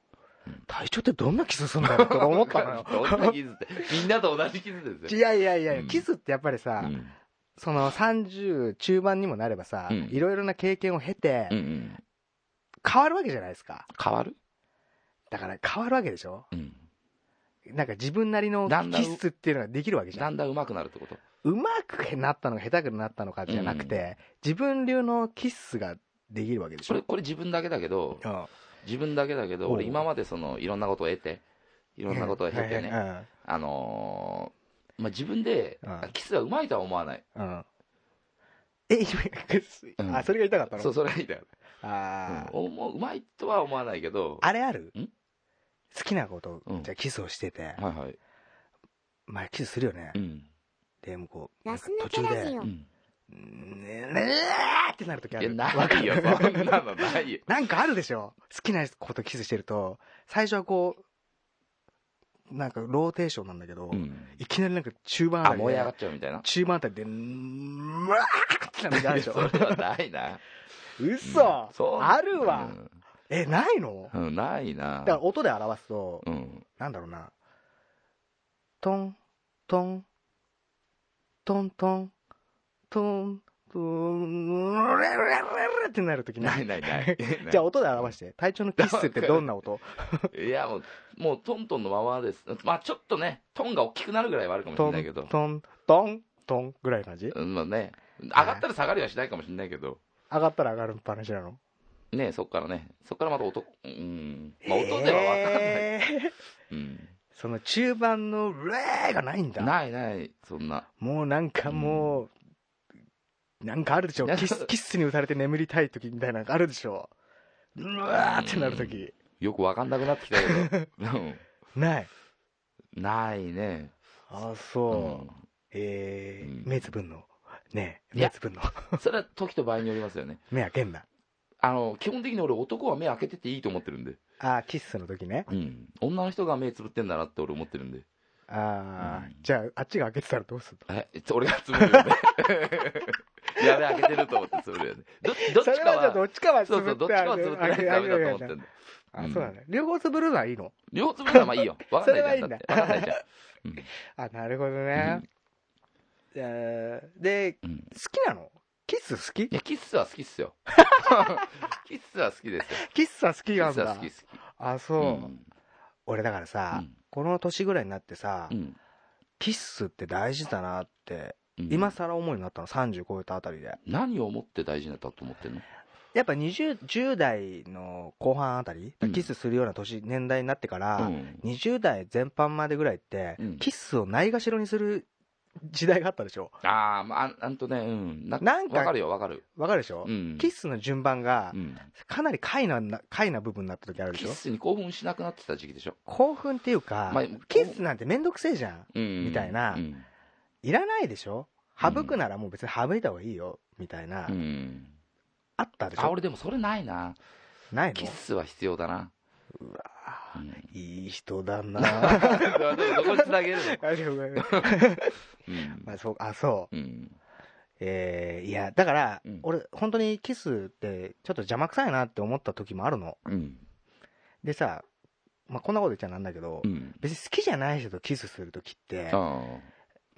Speaker 3: うん
Speaker 4: 体調ってどんなキスするんだろうとか思ったのよ
Speaker 3: どんな傷ってみんなと同じ傷で す
Speaker 4: い
Speaker 3: よ、
Speaker 4: やいやいや、
Speaker 3: うん
Speaker 4: キスってやっぱりさ、
Speaker 3: うん
Speaker 4: その30中盤にもなればさ、
Speaker 3: うん
Speaker 4: いろいろな経験を経て
Speaker 3: うんうん、
Speaker 4: 変わるわけじゃないですか。
Speaker 3: 変わる、
Speaker 4: だから変わるわけでしょ
Speaker 3: うん、
Speaker 4: なんか自分なりの
Speaker 3: だんだん
Speaker 4: キスっていうのができるわけじゃ
Speaker 3: だ
Speaker 4: ん。
Speaker 3: んだん上手くなるってこと
Speaker 4: うまくなったのか下手くなったのかじゃなくて、自分流のキスができるわけでし
Speaker 3: こ
Speaker 4: ょ
Speaker 3: れこれ自分だけだけど
Speaker 4: あ
Speaker 3: 自分だけだけど
Speaker 4: おう
Speaker 3: 俺今までそのいろんなことを得てい
Speaker 4: あ
Speaker 3: ろんなことを経てね
Speaker 4: ね
Speaker 3: あのーまあ自分で
Speaker 4: うん
Speaker 3: キスはうまいとは思わない
Speaker 4: うんえ
Speaker 3: う
Speaker 4: 今
Speaker 3: ん
Speaker 4: あそれが痛かったの
Speaker 3: そうそれはいいんだよ
Speaker 4: あー
Speaker 3: うんおもううまいとは思わないけど
Speaker 4: あれある
Speaker 3: ん
Speaker 4: 好きなこと
Speaker 3: うん
Speaker 4: じゃあキスをしてて
Speaker 3: はいはい
Speaker 4: まあキスするよね
Speaker 3: うん
Speaker 4: でもこうなん
Speaker 5: ラ
Speaker 4: か
Speaker 5: ス抜
Speaker 4: 途
Speaker 5: け
Speaker 4: 中
Speaker 5: ラ
Speaker 4: で
Speaker 5: ジオ
Speaker 3: う。ん
Speaker 4: 「ねねねーってなるときあ
Speaker 3: いや
Speaker 4: る
Speaker 3: ないよそ
Speaker 4: わかる
Speaker 3: んなのないよ
Speaker 4: なんかあるでしょ好きなことキスしてると最初はこうなんかローテーションなんだけど、
Speaker 3: うん
Speaker 4: いきなりなんか中盤あ
Speaker 3: あ
Speaker 4: たり
Speaker 3: 燃え上が
Speaker 4: で
Speaker 3: っちゃうみたいな
Speaker 4: 中盤あたりでうーわーってなる時あるでしょ
Speaker 3: それはないな
Speaker 4: 嘘、
Speaker 3: うんそう
Speaker 4: あるわ、えないの
Speaker 3: うんうんないな
Speaker 4: だから音で表すと、
Speaker 3: うん
Speaker 4: なんだろうなトントントントントントンうれれれれってなるとき
Speaker 3: ないないない
Speaker 4: じゃあ音で表して隊長のキッスってどんな音
Speaker 3: いやもうもうトントンのままですまあちょっとねトンが大きくなるぐらいはあるかもし
Speaker 4: ト
Speaker 3: れないけ
Speaker 4: ン
Speaker 3: ど
Speaker 4: トントントンぐらいの感じ
Speaker 3: うんまあね上がったら下がりはしないかもしれないけど
Speaker 4: 上がったら上がる話なの
Speaker 3: ねそっからねそっからまた音うんまあ音では分かんない
Speaker 4: えー
Speaker 3: うん
Speaker 4: その中盤の「レー」がないんだ
Speaker 3: ないないそんな
Speaker 4: もうなんかもう、なんかあるでしょ
Speaker 3: いや
Speaker 4: キスキスに打たれて眠りたい時みたいなのがあるでしょうわーってなる時
Speaker 3: よく分かんなくなってきたけどうん
Speaker 4: ない
Speaker 3: ないね
Speaker 4: あそう、え
Speaker 3: うん
Speaker 4: ー、目つぶんのねえ
Speaker 3: いや
Speaker 4: 目つぶんの
Speaker 3: うんそれは時と場合によりますよね
Speaker 4: 目開けんな
Speaker 3: あの基本的に俺男は目開けてていいと思ってるんで
Speaker 4: あーキスの時ね
Speaker 3: うん、女の人が目つぶってんだなって俺思ってるんで
Speaker 4: ああ、
Speaker 3: うん
Speaker 4: じゃああっちが開けてたらどうする
Speaker 3: え俺がつぶるよね やべ開けてると思ってつぶるよねどど
Speaker 4: の
Speaker 3: っち
Speaker 4: そ
Speaker 3: か
Speaker 4: れはじゃあど
Speaker 3: は
Speaker 4: っちかは
Speaker 3: そうそうどっちかはつぶってないとダメだと思ってんだ
Speaker 4: あ
Speaker 3: う
Speaker 4: そ
Speaker 3: ん
Speaker 4: うなんだ両方つぶるのはいいの
Speaker 3: 両つぶるのはまあいいよ分かん
Speaker 4: それは
Speaker 3: ない
Speaker 4: い
Speaker 3: じゃ
Speaker 4: んだ
Speaker 3: んだって分かんないじゃん
Speaker 4: あなるほどね、えーで
Speaker 3: うん、うん
Speaker 4: 好きなのキス好き
Speaker 3: いやキッスは好きっ すよキッスは好きですよ
Speaker 4: キスは好き
Speaker 3: キ
Speaker 4: な
Speaker 3: ッ
Speaker 4: ん
Speaker 3: スは
Speaker 4: だ
Speaker 3: 好き好き
Speaker 4: あそう、
Speaker 3: うん
Speaker 4: 俺だからさ、
Speaker 3: うん
Speaker 4: この年ぐらいになってさ、
Speaker 3: うん
Speaker 4: キッスって大事だなって
Speaker 3: うん
Speaker 4: 今更思いになったの30超えたあたりで
Speaker 3: 何を思って大事になったと思ってんの
Speaker 4: やっぱ20 10代の後半あたり
Speaker 3: うん
Speaker 4: キスするような年年代になってから、
Speaker 3: うん
Speaker 4: 20代全般までぐらいって、
Speaker 3: うん
Speaker 4: キスをないがしろにする時代があったでしょ
Speaker 3: あーまああんあんとねうんな
Speaker 4: なんか
Speaker 3: 分かるよ分かる
Speaker 4: わかるでしょ、
Speaker 3: うん
Speaker 4: キスの順番が
Speaker 3: うん
Speaker 4: かなり下位なな下位な部分になった時あるで
Speaker 3: キ
Speaker 4: し
Speaker 3: ッ
Speaker 4: ょ
Speaker 3: スに興奮しなくなってた時期でしょ
Speaker 4: 興奮っていうか、
Speaker 3: まあ
Speaker 4: キスなんてめんどくせえじゃんみ
Speaker 3: み
Speaker 4: たいな
Speaker 3: うん
Speaker 4: いらないでしょ省くならもう別に省いた方がいいよみたいな、
Speaker 3: うん
Speaker 4: あったでし
Speaker 3: あ
Speaker 4: ょ
Speaker 3: 俺でもそれないな
Speaker 4: ない
Speaker 3: キ
Speaker 4: の
Speaker 3: スは必要だなうん
Speaker 4: いい人だな
Speaker 3: どこにつなげるの
Speaker 4: あでもごめん
Speaker 3: うん
Speaker 4: まあそうあそう
Speaker 3: うん
Speaker 4: えーいやだから、
Speaker 3: うん
Speaker 4: 俺本当にキスってちょっと邪魔くさいなって思った時もあるの
Speaker 3: うん
Speaker 4: でさ、まあ、こんなこと言っちゃなんだけど、
Speaker 3: うん
Speaker 4: 別に好きじゃない人とキスする時って
Speaker 3: あ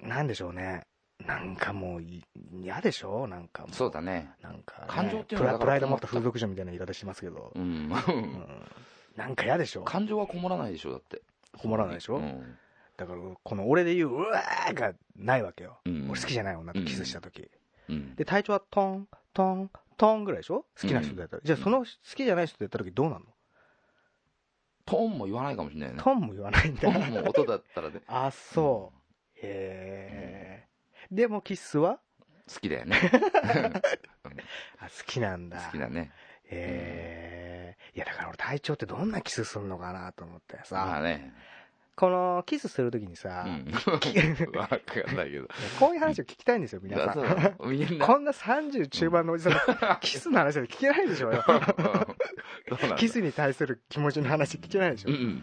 Speaker 3: あ
Speaker 4: なんでしょうねなんかもうい嫌でしょなんかも
Speaker 3: そうだね
Speaker 4: なんかね、
Speaker 3: 感情っていう
Speaker 4: プ
Speaker 3: の
Speaker 4: ラ
Speaker 3: は
Speaker 4: プライド持った
Speaker 3: だから
Speaker 4: 風俗嬢みたいな言い方してますけど、
Speaker 3: う
Speaker 4: うんなんか嫌でしょ
Speaker 3: 感情はこもらないでしょだって
Speaker 4: こもらないでしょ、
Speaker 3: うん
Speaker 4: だからこの俺で言ううわーがないわけよ、
Speaker 3: うん
Speaker 4: 俺好きじゃない女とキスした時、
Speaker 3: うん
Speaker 4: で体調はトントントンぐらいでしょ好きな人とやったら、じゃあその好きじゃない人とやった時どうなの、
Speaker 3: トーンも言わないかもしれないよね
Speaker 4: トンも言わないん
Speaker 3: ト
Speaker 4: だ
Speaker 3: ーンも音だったらね
Speaker 4: あそうへえでもキスは
Speaker 3: 好きだよね
Speaker 4: あ好きなんだ
Speaker 3: 好きだね
Speaker 4: へえいやだから俺体調ってどんなキスするのかなと思って
Speaker 3: まあ
Speaker 4: さ
Speaker 3: ね
Speaker 4: このキスする時に
Speaker 3: う
Speaker 4: さ、
Speaker 3: んわかんないけど
Speaker 4: こういう話を聞きたいんですよ皆さ
Speaker 3: そうんだ みんな
Speaker 4: こんな30中盤のおじさんの キスの話は聞けないでしょうよ
Speaker 3: うんそうなんだ
Speaker 4: キスに対する気持ちの話聞けないでしょ、
Speaker 3: うん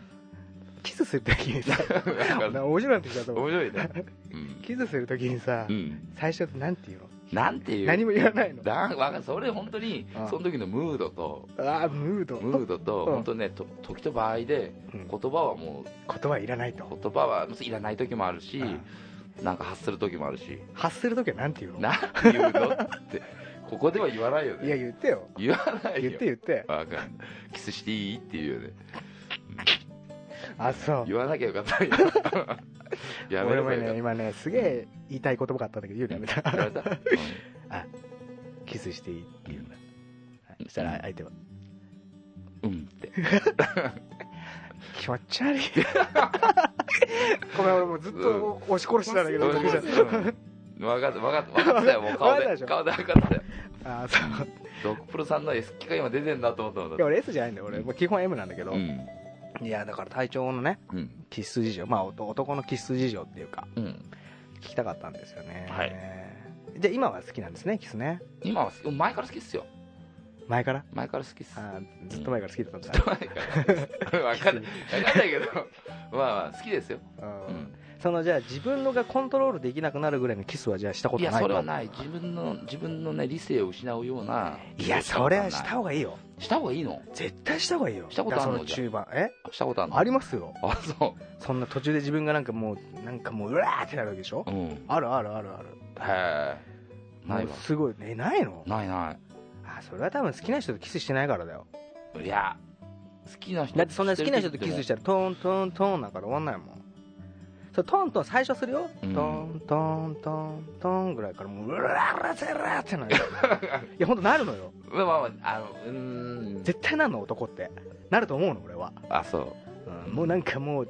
Speaker 4: キスするときにさ
Speaker 3: うんなん か
Speaker 4: な面白いなってきたと思
Speaker 3: 面
Speaker 4: う
Speaker 3: 白いねうん
Speaker 4: キスするときにさ、
Speaker 3: うん
Speaker 4: 最初ってなんて言うの
Speaker 3: なんていう
Speaker 4: 何も言わないの
Speaker 3: だわかんそれ本当に
Speaker 4: ああ
Speaker 3: その時のムードと
Speaker 4: ああムード
Speaker 3: ムードと
Speaker 4: うん
Speaker 3: 本当ねと時と場合で
Speaker 4: うん
Speaker 3: 言葉はも
Speaker 4: 言葉いらないうと
Speaker 3: 言葉はいらない時もあるし
Speaker 4: うん
Speaker 3: なんか発する時もあるし
Speaker 4: 発するときはなんて言うの
Speaker 3: なんて言うのってここでは言わないよ
Speaker 4: いや
Speaker 3: ね
Speaker 4: 言ってよ
Speaker 3: 言わないよ
Speaker 4: 言って言って
Speaker 3: わかんないキスしていいっていうよね
Speaker 4: あそう
Speaker 3: 言わなきゃよかったよ やめ
Speaker 4: 俺
Speaker 3: れ
Speaker 4: も
Speaker 3: ばよか
Speaker 4: ね
Speaker 3: っ
Speaker 4: 今ねすげえ言いたい言葉があったんだけど言うのやめた
Speaker 3: たやめたうん
Speaker 4: キスしていいって言うんだ、はいそしたら相手は
Speaker 3: うんって。
Speaker 4: 気持ち悪い ごめん俺もうずっと押し殺してたんだけど、
Speaker 3: う
Speaker 4: 僕じゃ
Speaker 3: んわかった、わかった、わかったよ、もう顔
Speaker 4: わかったでし
Speaker 3: で。
Speaker 4: ょ
Speaker 3: 顔で分かったよ。
Speaker 4: ああそう
Speaker 3: ドクプロさんの S 機が今出てんだと思っ
Speaker 4: いや
Speaker 3: た。
Speaker 4: 俺 S じゃないんだよ俺もう基本 M なんだけど、
Speaker 3: うん。
Speaker 4: いやだから体調のね
Speaker 3: うん。
Speaker 4: 気質事情まあおと男の気質事情っていうか
Speaker 3: うん。
Speaker 4: 聞きたかったんですよね
Speaker 3: はい
Speaker 4: じゃあ今は好きなんですねキスね
Speaker 3: 今は好き、前から好きっすよ。
Speaker 4: 前から
Speaker 3: 前から好きっす。
Speaker 4: あーずっと前から好きだったんだ、
Speaker 3: 前から。 わかんない。わかんないけど、まあまあ、好きですよ。
Speaker 4: うん
Speaker 3: うん。
Speaker 4: そのじゃあ自分のがコントロールできなくなるぐらいのキスはじゃあしたこ
Speaker 3: い
Speaker 4: とない
Speaker 3: や、
Speaker 4: と
Speaker 3: それはない。自分の、自分のね、理性を失うような。
Speaker 4: いやそれはした
Speaker 3: 方
Speaker 4: 方がいいよ
Speaker 3: した方がいいの
Speaker 4: 絶対した方がいいよ
Speaker 3: したことあんの
Speaker 4: だからその中盤え
Speaker 3: したことあるの
Speaker 4: ありますよ
Speaker 3: あ、そ
Speaker 4: そんな途中で自分がなんかもうなんかもううわーってなるわけでしょ、
Speaker 3: う。うん。
Speaker 4: あるあるあるある
Speaker 3: へえ。ない
Speaker 4: も
Speaker 3: わ
Speaker 4: う。すごいえないの
Speaker 3: ないな
Speaker 4: あそれは多分好きな人とキスしてないからだよ
Speaker 3: い。いや、好きな人
Speaker 4: だってそんな好きな人とキスしてたらトーントーントーンなんかで終わんないもんそうトーントーン最初するよ、
Speaker 3: うん
Speaker 4: トーントーントーントーンぐらいからもううららせらってなる いや本当なるのよ
Speaker 3: る。まあまあまあ、あの、うーん。
Speaker 4: 絶対なるの男ってなると思うの俺は、
Speaker 3: あ、そ
Speaker 4: うんもうなんかもう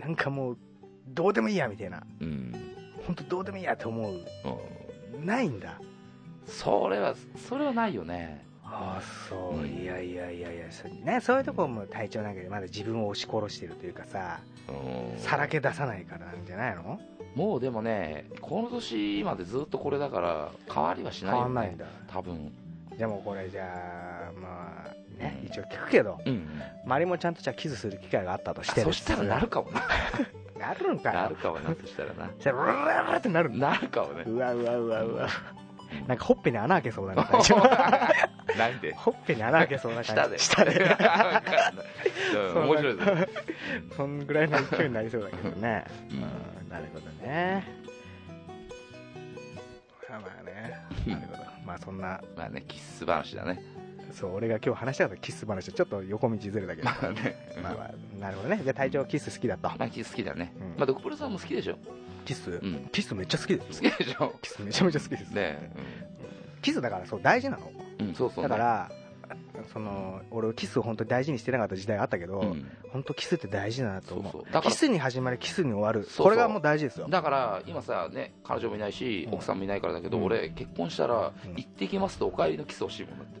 Speaker 4: なんかもうどうでもいいやみたいな
Speaker 3: う。うん。
Speaker 4: 本当どうでもいいやと思う
Speaker 3: うん
Speaker 4: ないんだ
Speaker 3: それはそれはないよね
Speaker 4: ああそううんいやいやいやいやそ,、ね、そういうとこも体調なんかでまだ自分を押し殺してるというかささらけ出さないからなんじゃないの
Speaker 3: もうでもねこの年までずっとこれだから変わりはし
Speaker 4: 変
Speaker 3: ないよ、ね、
Speaker 4: わんないんだ
Speaker 3: 多分
Speaker 4: じゃあもうこれじゃあまあね
Speaker 3: うん
Speaker 4: 一応聞くけど
Speaker 3: うん
Speaker 4: マリもちゃんとじゃあキスする機会があったとして
Speaker 3: そしたらなるかもな
Speaker 4: なるんか
Speaker 3: な
Speaker 4: よ
Speaker 3: るかもなそしたらな
Speaker 4: そしたらうわうわうわってなるんだ
Speaker 3: なるかもね
Speaker 4: うわうわうわうわなんかほっぺに穴開けそうだ な感じ
Speaker 3: なんで
Speaker 4: ほっぺに穴開けそうな感
Speaker 3: 下
Speaker 4: じ
Speaker 3: で
Speaker 4: 下 で
Speaker 3: わかんないうん面白いですね
Speaker 4: そんぐらいの勢いになりそうだけどね
Speaker 3: う
Speaker 4: うん
Speaker 3: ん
Speaker 4: なるほどねまあまあねなるほどまあそんな
Speaker 3: まあねキス話だね
Speaker 4: そう俺が今日話したかったキス話とちょっと横道ずれだけど
Speaker 3: まあね
Speaker 4: まあまあなるほどねじゃあ隊長キス好きだと
Speaker 3: まあキス好きだね、
Speaker 4: うん
Speaker 3: まあドクプロさんも好きでしょ
Speaker 4: キス
Speaker 3: うん
Speaker 4: キスめっちゃ好きで
Speaker 3: 好
Speaker 4: す
Speaker 3: き
Speaker 4: よ
Speaker 3: でしょ
Speaker 4: キスめちゃめちゃ好きです
Speaker 3: ね
Speaker 4: キスだからそう大事なの
Speaker 3: うん、うん、そうそ
Speaker 4: だ
Speaker 3: う、ね、
Speaker 4: からその俺キスを本当に大事にしてなかった時代あったけど、
Speaker 3: うん、
Speaker 4: 本当キスって大事だなと思う
Speaker 3: そうそうだから
Speaker 4: キスに始まりキスに終わる
Speaker 3: そうそう
Speaker 4: これがもう大事ですよ
Speaker 3: だから今さね彼女もいないし
Speaker 4: うん
Speaker 3: 奥さんもいないからだけど、
Speaker 4: うん
Speaker 3: 俺結婚したら
Speaker 4: うん
Speaker 3: 行ってきますとお帰りのキス欲しいもんだって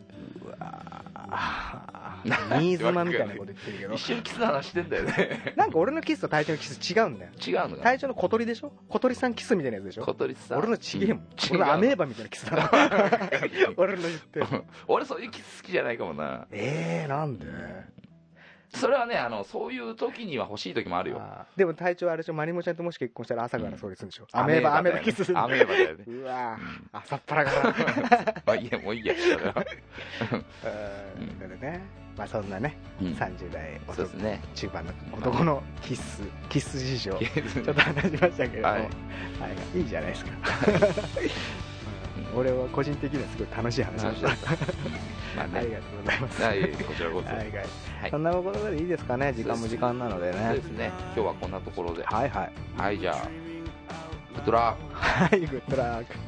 Speaker 4: うわー新妻みたいなこと言ってるけど
Speaker 3: 一瞬キスの話してんだ よね
Speaker 4: なんか俺のキスと隊長のキス違うんだよ
Speaker 3: 違うのかな
Speaker 4: 隊長の小鳥でしょ小鳥さんキスみたいなやつでし
Speaker 3: 小
Speaker 4: ょ
Speaker 3: 鳥さん
Speaker 4: 俺のちげえもん
Speaker 3: 違う
Speaker 4: 俺のアメーバみたいなキスだな 俺の言ってる
Speaker 3: 俺そういうキス好きじゃないかもな
Speaker 4: えー、なんで
Speaker 3: それはねあのそういう時には欲しい時もあるよ
Speaker 4: あーでも隊長あれでしょマリモちゃんともし結婚したら朝からそうでするんでしょ、アメーバ
Speaker 3: だ
Speaker 4: ア
Speaker 3: よ
Speaker 4: メ
Speaker 3: ね
Speaker 4: ーバキスするんだ
Speaker 3: アメーバだ よね
Speaker 4: うわぁ朝っぱら から
Speaker 3: まあいいやもういいやそれは
Speaker 4: うんだからねまあそんなね、
Speaker 3: うん
Speaker 4: 30代
Speaker 3: そうですね
Speaker 4: 中盤の男のキスキス事 情ちょっと話しましたけれども、は
Speaker 3: はい
Speaker 4: い、
Speaker 3: い
Speaker 4: いじゃないですか うん俺は個人的にはすごい楽しい話でした
Speaker 3: まあ
Speaker 4: あり
Speaker 3: ね
Speaker 4: がとうございます
Speaker 3: はいこちらこそ、
Speaker 4: はいはい
Speaker 3: はい
Speaker 4: そんなところでいいですかね時間も時間なので
Speaker 3: そう
Speaker 4: ね
Speaker 3: ですね今日はこんなところで
Speaker 4: はいはい
Speaker 3: はいじゃあグッドラッ
Speaker 4: は
Speaker 3: ク
Speaker 4: いグッドラック